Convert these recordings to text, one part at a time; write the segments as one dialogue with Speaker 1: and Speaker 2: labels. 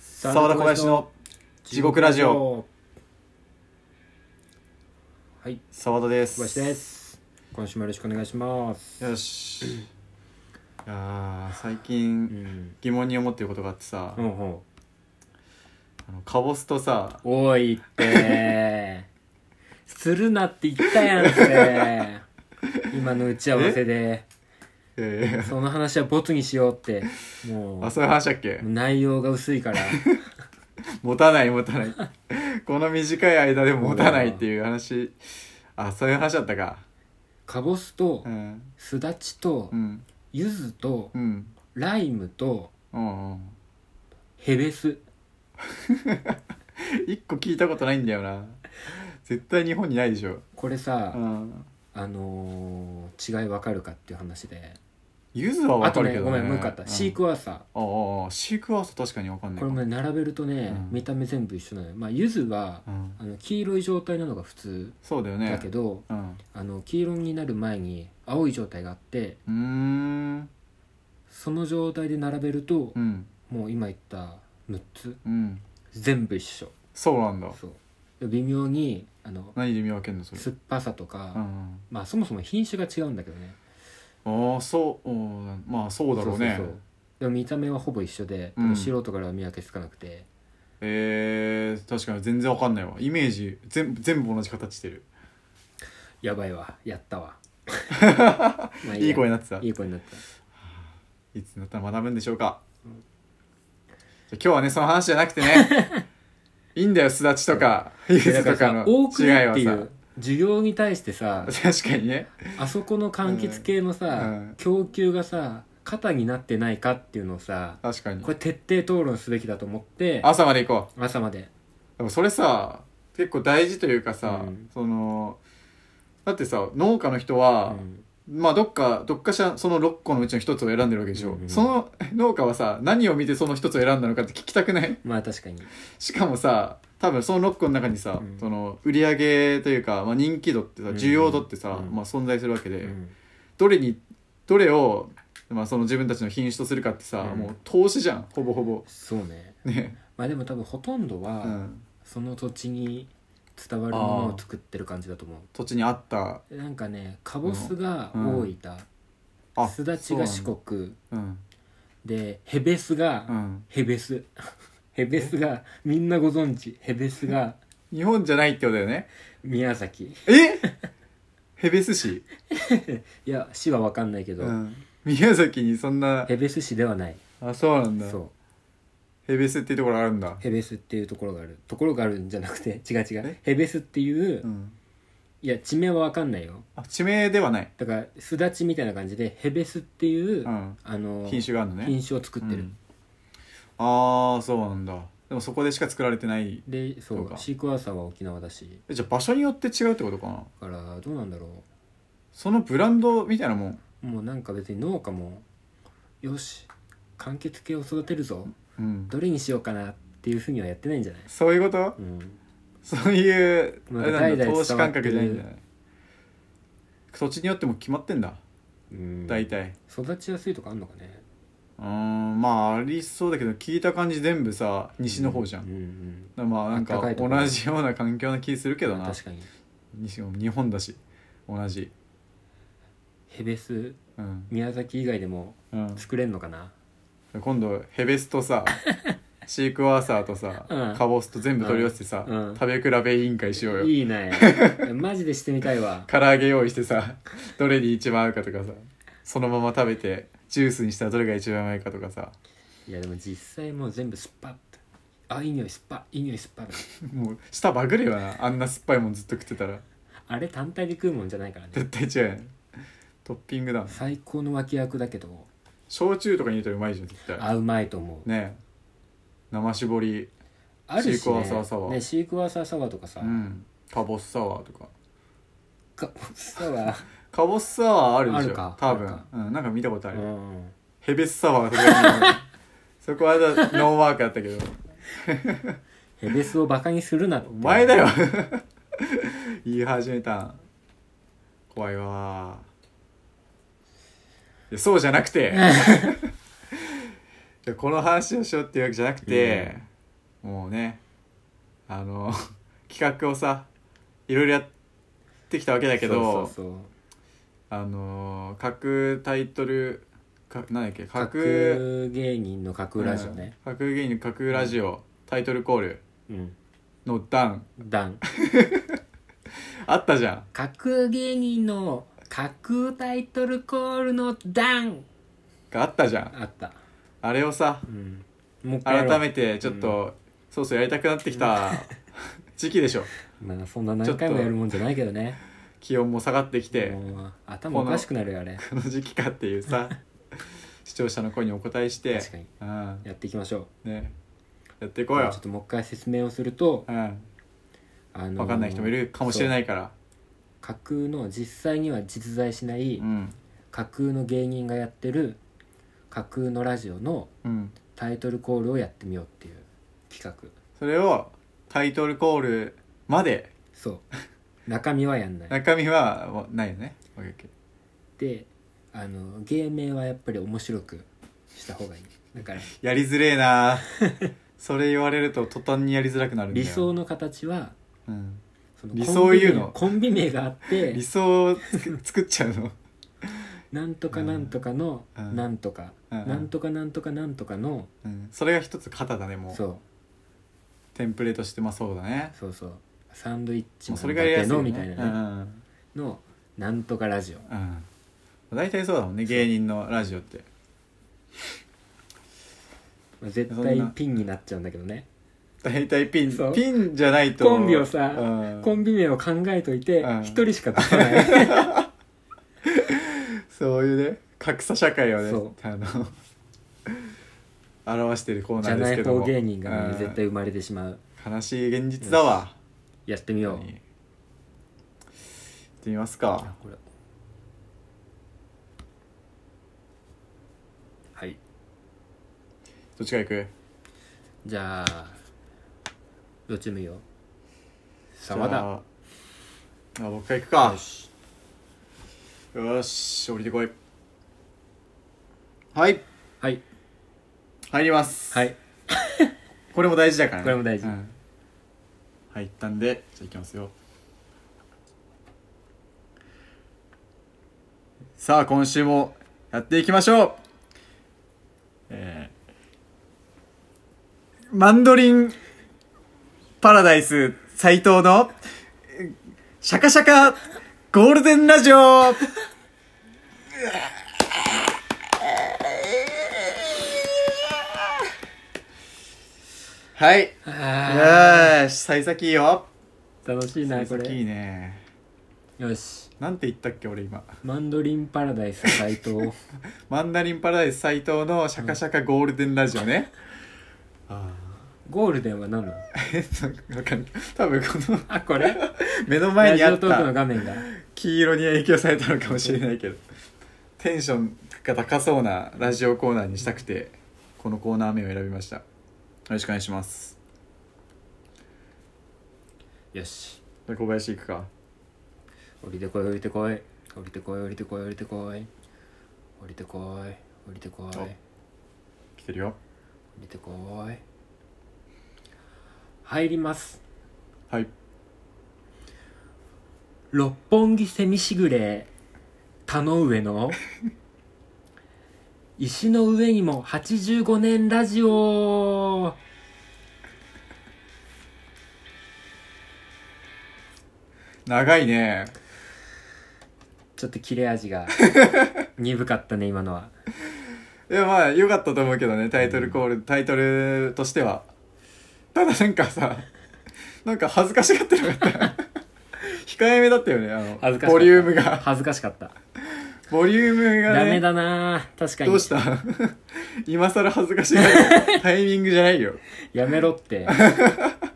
Speaker 1: 沢田小林の地獄ラジオ
Speaker 2: はい
Speaker 1: 沢田です
Speaker 2: 小林です今週もよろしくお願いします
Speaker 1: よしいやー最
Speaker 2: う
Speaker 1: 近
Speaker 2: ん
Speaker 1: 疑問に思ってることがあってさ、
Speaker 2: ほうほ
Speaker 1: あのカボスとさ
Speaker 2: うおいってするなって言ったやんそれ今の打ち合わせで
Speaker 1: え
Speaker 2: その話はボツにしようってもう
Speaker 1: ー、あそういう話だっけ
Speaker 2: もう内容が薄いから
Speaker 1: 持たない持た ないこの短い間でも持たないっていう話あそういう話だったか
Speaker 2: かぼすと
Speaker 1: うん
Speaker 2: すだちと
Speaker 1: うん
Speaker 2: ゆずと
Speaker 1: うん
Speaker 2: ライムと
Speaker 1: うんうん
Speaker 2: ヘベス
Speaker 1: 一個聞いたことないんだよな絶対日本にないでしょ、
Speaker 2: これさ、
Speaker 1: うん、
Speaker 2: あのー違いわかるかっていう話で
Speaker 1: ゆずは
Speaker 2: あ
Speaker 1: わ
Speaker 2: と
Speaker 1: かる
Speaker 2: ね
Speaker 1: けど
Speaker 2: ごめ
Speaker 1: ね
Speaker 2: んもう一個あった、シークワーサー
Speaker 1: あああシークワーサー確かにわかんない
Speaker 2: これもね並べるとね、
Speaker 1: うん
Speaker 2: 見た目全部一緒なのよまあ柚子は
Speaker 1: うん、
Speaker 2: あの黄色い状態なのが普通
Speaker 1: そうだよね
Speaker 2: だけど、
Speaker 1: うん
Speaker 2: あの黄色になる前に青い状態があって
Speaker 1: うーん
Speaker 2: その状態で並べると
Speaker 1: う、ん
Speaker 2: もう今言った6つ
Speaker 1: うん
Speaker 2: 全部一緒
Speaker 1: そうなんだ
Speaker 2: そうで微妙にあの
Speaker 1: 何で見分けんのそれ
Speaker 2: 酸っぱさと
Speaker 1: う
Speaker 2: か、
Speaker 1: ん
Speaker 2: まあそもそも品種が違うんだけどね
Speaker 1: うんああそううんまあそうだろうね
Speaker 2: そうそうそうでも見た目はほぼ一緒で、多
Speaker 1: う
Speaker 2: 分
Speaker 1: ん
Speaker 2: 素人からは見分けつかなくて
Speaker 1: えー、確かに全然わかんないわイメージ全部全部同じ形してる
Speaker 2: やばいわやった わまあ
Speaker 1: いい声
Speaker 2: に
Speaker 1: になってた
Speaker 2: いい声になった
Speaker 1: いつになったら学ぶんでしょうか、じゃあ今日はねその話じゃなくてね いいんだよすだちとかゆ
Speaker 2: いや
Speaker 1: ず
Speaker 2: だか
Speaker 1: と
Speaker 2: ら
Speaker 1: か
Speaker 2: さ
Speaker 1: の
Speaker 2: 多く
Speaker 1: 違い
Speaker 2: ねっ
Speaker 1: は
Speaker 2: ていう授業に対してさ
Speaker 1: さ確かにね
Speaker 2: あそこの柑橘系のさ、
Speaker 1: うん
Speaker 2: 供給がさ肩になってないかっていうのをさ
Speaker 1: 確かに
Speaker 2: これ徹底討論すべきだと思って
Speaker 1: 朝まで行こう
Speaker 2: 朝まで
Speaker 1: でもそれさ結構大事というかさ、
Speaker 2: うん
Speaker 1: そのだってさ農家の人は、
Speaker 2: うん
Speaker 1: まあどっかどっかしらその6個のうちの1つを選んでるわけでしょ、
Speaker 2: うんうん
Speaker 1: その 農家はさ何を見てその1つを選んだのかって聞きたくない
Speaker 2: まあ確かに
Speaker 1: しかもさ多分その6個の中にさ、
Speaker 2: うん
Speaker 1: その売り上げというか、まあ、人気度ってさ
Speaker 2: うんうん
Speaker 1: 需要度ってさ、
Speaker 2: うん
Speaker 1: まあ、存在するわけで、
Speaker 2: うん
Speaker 1: どれにどれを、まあ、その自分たちの品種とするかってさ、
Speaker 2: うん
Speaker 1: もう投資じゃんほぼほぼ
Speaker 2: そうね
Speaker 1: ね、
Speaker 2: まあでも多分ほとんどは、
Speaker 1: うん、
Speaker 2: その土地に伝わるものを作ってる感じだと思
Speaker 1: 土地に合った
Speaker 2: うなんかねかぼすが
Speaker 1: う
Speaker 2: 大
Speaker 1: ん
Speaker 2: 分、
Speaker 1: あ
Speaker 2: すだちが四国
Speaker 1: そうなんだ
Speaker 2: でヘベスが、
Speaker 1: うん、うん
Speaker 2: ヘベスヘベスがみんなご存知ヘベスが
Speaker 1: 日本じゃないってことだよね
Speaker 2: 宮崎
Speaker 1: えヘベス市、
Speaker 2: いや市は分かんないけど、
Speaker 1: うん、宮崎にそんな
Speaker 2: ヘベス市ではない
Speaker 1: あそうなんだ
Speaker 2: そう
Speaker 1: ヘベスっていうところあるんだ
Speaker 2: ヘベスっていうところがあるところがあるんじゃなくて違う 違う
Speaker 1: え
Speaker 2: ヘベスっていう、
Speaker 1: うん
Speaker 2: いや地名は分かんないよ
Speaker 1: あ地名ではない、
Speaker 2: だからすだちみたいな感じでヘベスっていう、
Speaker 1: うん、
Speaker 2: あの
Speaker 1: 品種があるのね
Speaker 2: 品種を作ってる、
Speaker 1: うんああそうなんだでもそこでしか作られてない
Speaker 2: でそ
Speaker 1: そううか
Speaker 2: シークワーサーは沖縄だし
Speaker 1: えじゃあ場所によって違うってことかな
Speaker 2: だからどうなんだろ
Speaker 1: そのブランドみたいなもん、
Speaker 2: うもうなんか別に農家もよし柑橘系を育てるぞ
Speaker 1: うん、
Speaker 2: どれにしようかなっていうふうにはやってないんじゃない、
Speaker 1: そういうこと
Speaker 2: うん、
Speaker 1: そういう
Speaker 2: まあ
Speaker 1: あれなんだ
Speaker 2: 代々
Speaker 1: 投資
Speaker 2: 伝わっ
Speaker 1: 感
Speaker 2: てる
Speaker 1: 覚じゃないんだね土地によっても決まってんだ
Speaker 2: うん
Speaker 1: 大体
Speaker 2: 育ちやすいとかあんのかね
Speaker 1: うーんまあありそうだけど聞いた感じ全部さ西の方じゃん
Speaker 2: うんうん
Speaker 1: だからまあなん
Speaker 2: あったか
Speaker 1: か
Speaker 2: いと
Speaker 1: 同
Speaker 2: こね
Speaker 1: じような環境な気するけ どな
Speaker 2: 確かに
Speaker 1: 西も日本だし同じ
Speaker 2: ヘベス
Speaker 1: うん、
Speaker 2: 宮崎以外でも
Speaker 1: うん、
Speaker 2: 作れんのかな
Speaker 1: 今度ヘベス とさシークワーサーとさ、
Speaker 2: うん
Speaker 1: カボスと全部取り寄せてさ、
Speaker 2: うん
Speaker 1: 食べ比べ委員会しようよ
Speaker 2: いいね マジでしてみたいわ
Speaker 1: 唐揚げ用意してさどれに一番合うかとかさそのまま食べてジュースにしたらどれが一番うまいかとかさ
Speaker 2: いやでも実際もう全部スパッとあいい匂いスパいい匂いスパ
Speaker 1: もう舌バグるよなあんな酸っぱいもんずっと食ってたら
Speaker 2: あれ単体で食うもんじゃないからね
Speaker 1: 絶対違うよねトッピングだもん
Speaker 2: 最高の脇役だけど
Speaker 1: 焼酎とかに入れたらうまいじゃん絶対
Speaker 2: あうまいと思う
Speaker 1: ねえ生絞り
Speaker 2: あるし、ね、
Speaker 1: シークワーサーサワー
Speaker 2: ねシークワーサーサワーとかさ、
Speaker 1: うんカボスサワーとか
Speaker 2: かサワー
Speaker 1: カボスサワーあるでしょ
Speaker 2: あるか
Speaker 1: 多分
Speaker 2: あるか
Speaker 1: うん、なんか見たことある、
Speaker 2: うん
Speaker 1: ヘベスサワーと かそこはだノーマークだったけど
Speaker 2: ヘベスをバカにするなって
Speaker 1: お前だよ言い始めたん怖いわ いやそうじゃなくていやこの話をしようっていうわけじゃなくて、もうねあの企画をさいろいろやってきたわけだけど
Speaker 2: そうそうそう
Speaker 1: あの各タイトルかなんだっけ各
Speaker 2: 格芸人の格ラジオね
Speaker 1: うん各芸人各ラジオ、タイトルコール
Speaker 2: うん
Speaker 1: の段
Speaker 2: 段
Speaker 1: あったじゃん
Speaker 2: 格芸人の格タイトルコールの段
Speaker 1: があったじゃん
Speaker 2: あった
Speaker 1: あれをさ
Speaker 2: うんもう一回や
Speaker 1: 改
Speaker 2: ろう
Speaker 1: めてちょっと、そうそうやりたくなってきた 時期でしょ
Speaker 2: まあそんな何回もやるもんじゃないけどね
Speaker 1: 気温も下がってきて、
Speaker 2: もう頭おかしくなるよあれ
Speaker 1: この時期かってい うさ視聴者の声にお答えして
Speaker 2: 確かに
Speaker 1: うん
Speaker 2: やっていきましょう
Speaker 1: ね、やっていこうよ
Speaker 2: ちょっ、ともう一回説明をすると
Speaker 1: うん、
Speaker 2: あの
Speaker 1: 分かんない人もいるかもしれないから
Speaker 2: 架空の実際には実在しない
Speaker 1: うん
Speaker 2: 架空の芸人がやってる架空のラジオの
Speaker 1: うん
Speaker 2: タイトルコールをやってみようっていう企画
Speaker 1: それをタイトルコールまで
Speaker 2: そう中身はやんない
Speaker 1: 中身はもうないよねオッケーオッケー
Speaker 2: であの芸名はやっぱり面白くした方がいいだから
Speaker 1: やりづれ えなそれ言われると途端にやりづらくなるんだよ
Speaker 2: 理想の形は
Speaker 1: うん、
Speaker 2: そ
Speaker 1: 理想を言うの
Speaker 2: コンビ名コンビ名があっ
Speaker 1: 理
Speaker 2: て
Speaker 1: 想をつく作っちゃうの
Speaker 2: なんとかなんとかの
Speaker 1: うん
Speaker 2: なんとか、
Speaker 1: うんうん
Speaker 2: なんとかなんとかなんとかの、
Speaker 1: うん、それが一つ型だねもう
Speaker 2: そう
Speaker 1: テンプレとしてまあそうだね
Speaker 2: そうそうサンドイッチ
Speaker 1: も
Speaker 2: マン
Speaker 1: うそれがやりやすいよ
Speaker 2: の
Speaker 1: ね
Speaker 2: みたいなね、
Speaker 1: うんうん
Speaker 2: のなんとかラジオ
Speaker 1: うん大体そうだもんね芸人のラジオって
Speaker 2: まあ絶
Speaker 1: そん
Speaker 2: 対
Speaker 1: な
Speaker 2: ピンになっちゃうんだけどね
Speaker 1: 大体ピン
Speaker 2: そう
Speaker 1: ピンじゃないと
Speaker 2: コンビをさ
Speaker 1: うん
Speaker 2: コンビ名を考えといて
Speaker 1: うん
Speaker 2: 一人しか出さない
Speaker 1: そういうね格差社会をね
Speaker 2: そう
Speaker 1: あの表してるコー
Speaker 2: じ
Speaker 1: ナ
Speaker 2: ゃ
Speaker 1: ーで
Speaker 2: な
Speaker 1: す
Speaker 2: い
Speaker 1: けど
Speaker 2: 方
Speaker 1: も
Speaker 2: 芸人がね
Speaker 1: うん
Speaker 2: 絶対生まれてしまう
Speaker 1: 悲しい現実だわ
Speaker 2: やってみよう
Speaker 1: 本当に行ってみますか
Speaker 2: あこれはい
Speaker 1: どっちから行く
Speaker 2: じゃあどっちでもいいよ
Speaker 1: じゃ
Speaker 2: 沢
Speaker 1: あ
Speaker 2: 田
Speaker 1: あ僕から行くか
Speaker 2: よし
Speaker 1: よし降りてこいはい
Speaker 2: はい
Speaker 1: 入ります
Speaker 2: はい
Speaker 1: これも大事だからね
Speaker 2: これも大事
Speaker 1: うん入ったんでじゃあいきますよさあ今週もやっていきましょうえーマンドリンパラダイス斎藤のえーシャカシャカゴールデンラジオはい
Speaker 2: あ
Speaker 1: よし幸先いいよ
Speaker 2: ー楽しいな
Speaker 1: 幸
Speaker 2: こ
Speaker 1: 先い
Speaker 2: れ
Speaker 1: いね
Speaker 2: よし
Speaker 1: なんて言ったっけ俺今
Speaker 2: マンドリンパラダイス斎藤
Speaker 1: マンダリンパラダイス斎藤のシャカシャカゴールデンラジオね、 あ
Speaker 2: ゴールデンは何なの
Speaker 1: あえなんかわかんない多分この
Speaker 2: あこれ
Speaker 1: 目の 前
Speaker 2: ラ
Speaker 1: に
Speaker 2: ジ
Speaker 1: あ
Speaker 2: オ
Speaker 1: っ
Speaker 2: トークの
Speaker 1: た
Speaker 2: 画面が
Speaker 1: 黄色に影響されたのかもしれないけどテンションが高そうなラジオコーナーにしたくてこのコーナー名を選びましたよろしくお願いします
Speaker 2: よし
Speaker 1: じゃあ小林いくか
Speaker 2: 降りてこい降りてこい降りてこい降りてこい降りてこい降りてこい降りてこい
Speaker 1: お
Speaker 2: 降
Speaker 1: 来てるよ
Speaker 2: りてこい入ります
Speaker 1: はい
Speaker 2: 六本木セミシグレ田の上 の石の上にも85年ラジオ
Speaker 1: 長いね
Speaker 2: ちょっと切れ 味が鈍かったね今のはい
Speaker 1: やまあ良かったと思うけどねタイトルコール、タイトルとしてはただなんかさなんか恥ずかしがってなかった控えめだったよねあの
Speaker 2: 恥ずかしかった
Speaker 1: ボリュームが
Speaker 2: 恥ずかしかった
Speaker 1: ボリュームがね
Speaker 2: ダメだな確かに
Speaker 1: どうした 今更恥ずかしがるタイミングじゃないよ
Speaker 2: やめろって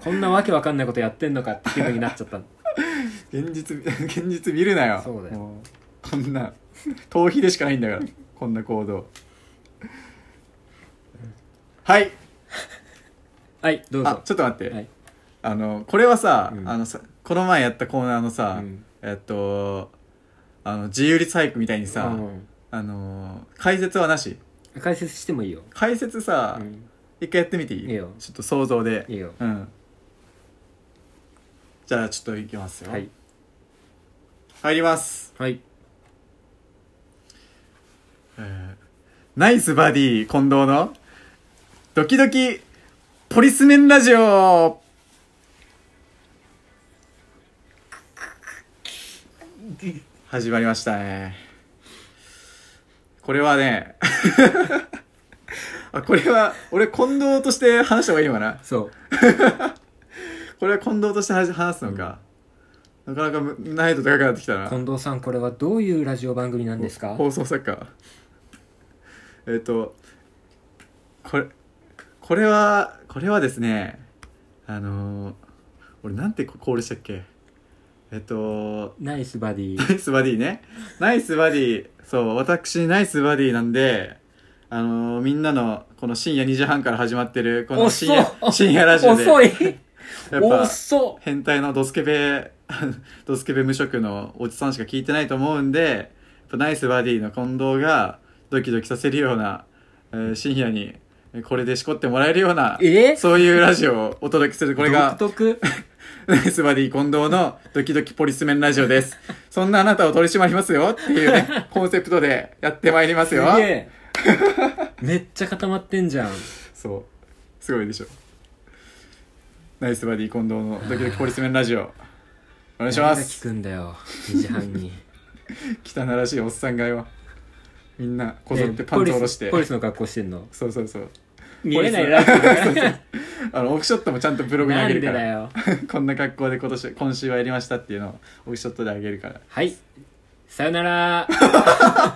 Speaker 2: こんなわけわかんないことやってんのかって気分になっちゃったの
Speaker 1: 現実現実見るなよ
Speaker 2: そうだよ
Speaker 1: もうこんな逃避でしかないんだからこんな行動はい
Speaker 2: はいどう
Speaker 1: あ
Speaker 2: ぞ
Speaker 1: ちょっと待って、
Speaker 2: はい
Speaker 1: あのこれはさ,、
Speaker 2: うん
Speaker 1: あのさこの前やったコーナーのさ、
Speaker 2: うん
Speaker 1: えっとあの自由律俳句みたいにさ、
Speaker 2: うん
Speaker 1: あの解説はなし
Speaker 2: 解説してもいいよ、
Speaker 1: 解説さ、
Speaker 2: うん
Speaker 1: 一回やってみていい
Speaker 2: いいよ
Speaker 1: ちょっと想像で
Speaker 2: いいよ
Speaker 1: うんじゃあちょっといきますよ、
Speaker 2: はい
Speaker 1: 入ります
Speaker 2: はい
Speaker 1: ナイスバディ近藤のドキドキポリスメンラジオ始まりましたねこれはね あこれは俺近藤として話した方がいいのかな
Speaker 2: そう
Speaker 1: これは近藤として話話すのか、なかなかむ難易度高くなってきたな
Speaker 2: 近藤さんこれはどういうラジオ番組なんですか
Speaker 1: 放送作家えっ、とこれこれはこれはですねあのー俺なんてココールしたっけえっ、と
Speaker 2: ナイスバディ
Speaker 1: ナイスバディねナイスバディそう私ナイスバディなんであのーみんなのこの深夜2時半から始まってるこの深夜
Speaker 2: 遅っ
Speaker 1: 深夜ラジオで
Speaker 2: 遅い
Speaker 1: やっぱ
Speaker 2: 遅
Speaker 1: 変態のドスケベ ドスケベ無職のおじさんしか聞いてないと思うんでやっぱナイスバディの近藤がドキドキさせるような、えー深夜にえーこれでしこってもらえるような
Speaker 2: え
Speaker 1: そういうラジオをお届けするこれが
Speaker 2: 独特
Speaker 1: ナイスバディ近藤のドキドキポリスメンラジオですそんなあなたを取り締まりますよってい うねコンセプトでやってまいります
Speaker 2: す
Speaker 1: よ
Speaker 2: げえめっちゃ固まってんじゃん
Speaker 1: そうすごいでしょナイスバディ近藤のドキドキポリスメンラジオお願いしま
Speaker 2: 誰が
Speaker 1: す
Speaker 2: 聞くんだよ2時半に
Speaker 1: 汚らしいおっさんがよみんな こぞってパンツ下ろして、
Speaker 2: ねポリスポリスの格好してんの
Speaker 1: そうそうそう
Speaker 2: 見えない
Speaker 1: ポリ
Speaker 2: ラ
Speaker 1: ス
Speaker 2: ジオだか
Speaker 1: あのオフショットもちゃんとブ
Speaker 2: ら
Speaker 1: ログに
Speaker 2: な
Speaker 1: あげ
Speaker 2: ん
Speaker 1: る
Speaker 2: で
Speaker 1: か
Speaker 2: だ
Speaker 1: ら
Speaker 2: よ
Speaker 1: こんな格好で今年今週はやりましたっていうのをオフショットであげるから
Speaker 2: はいさよなら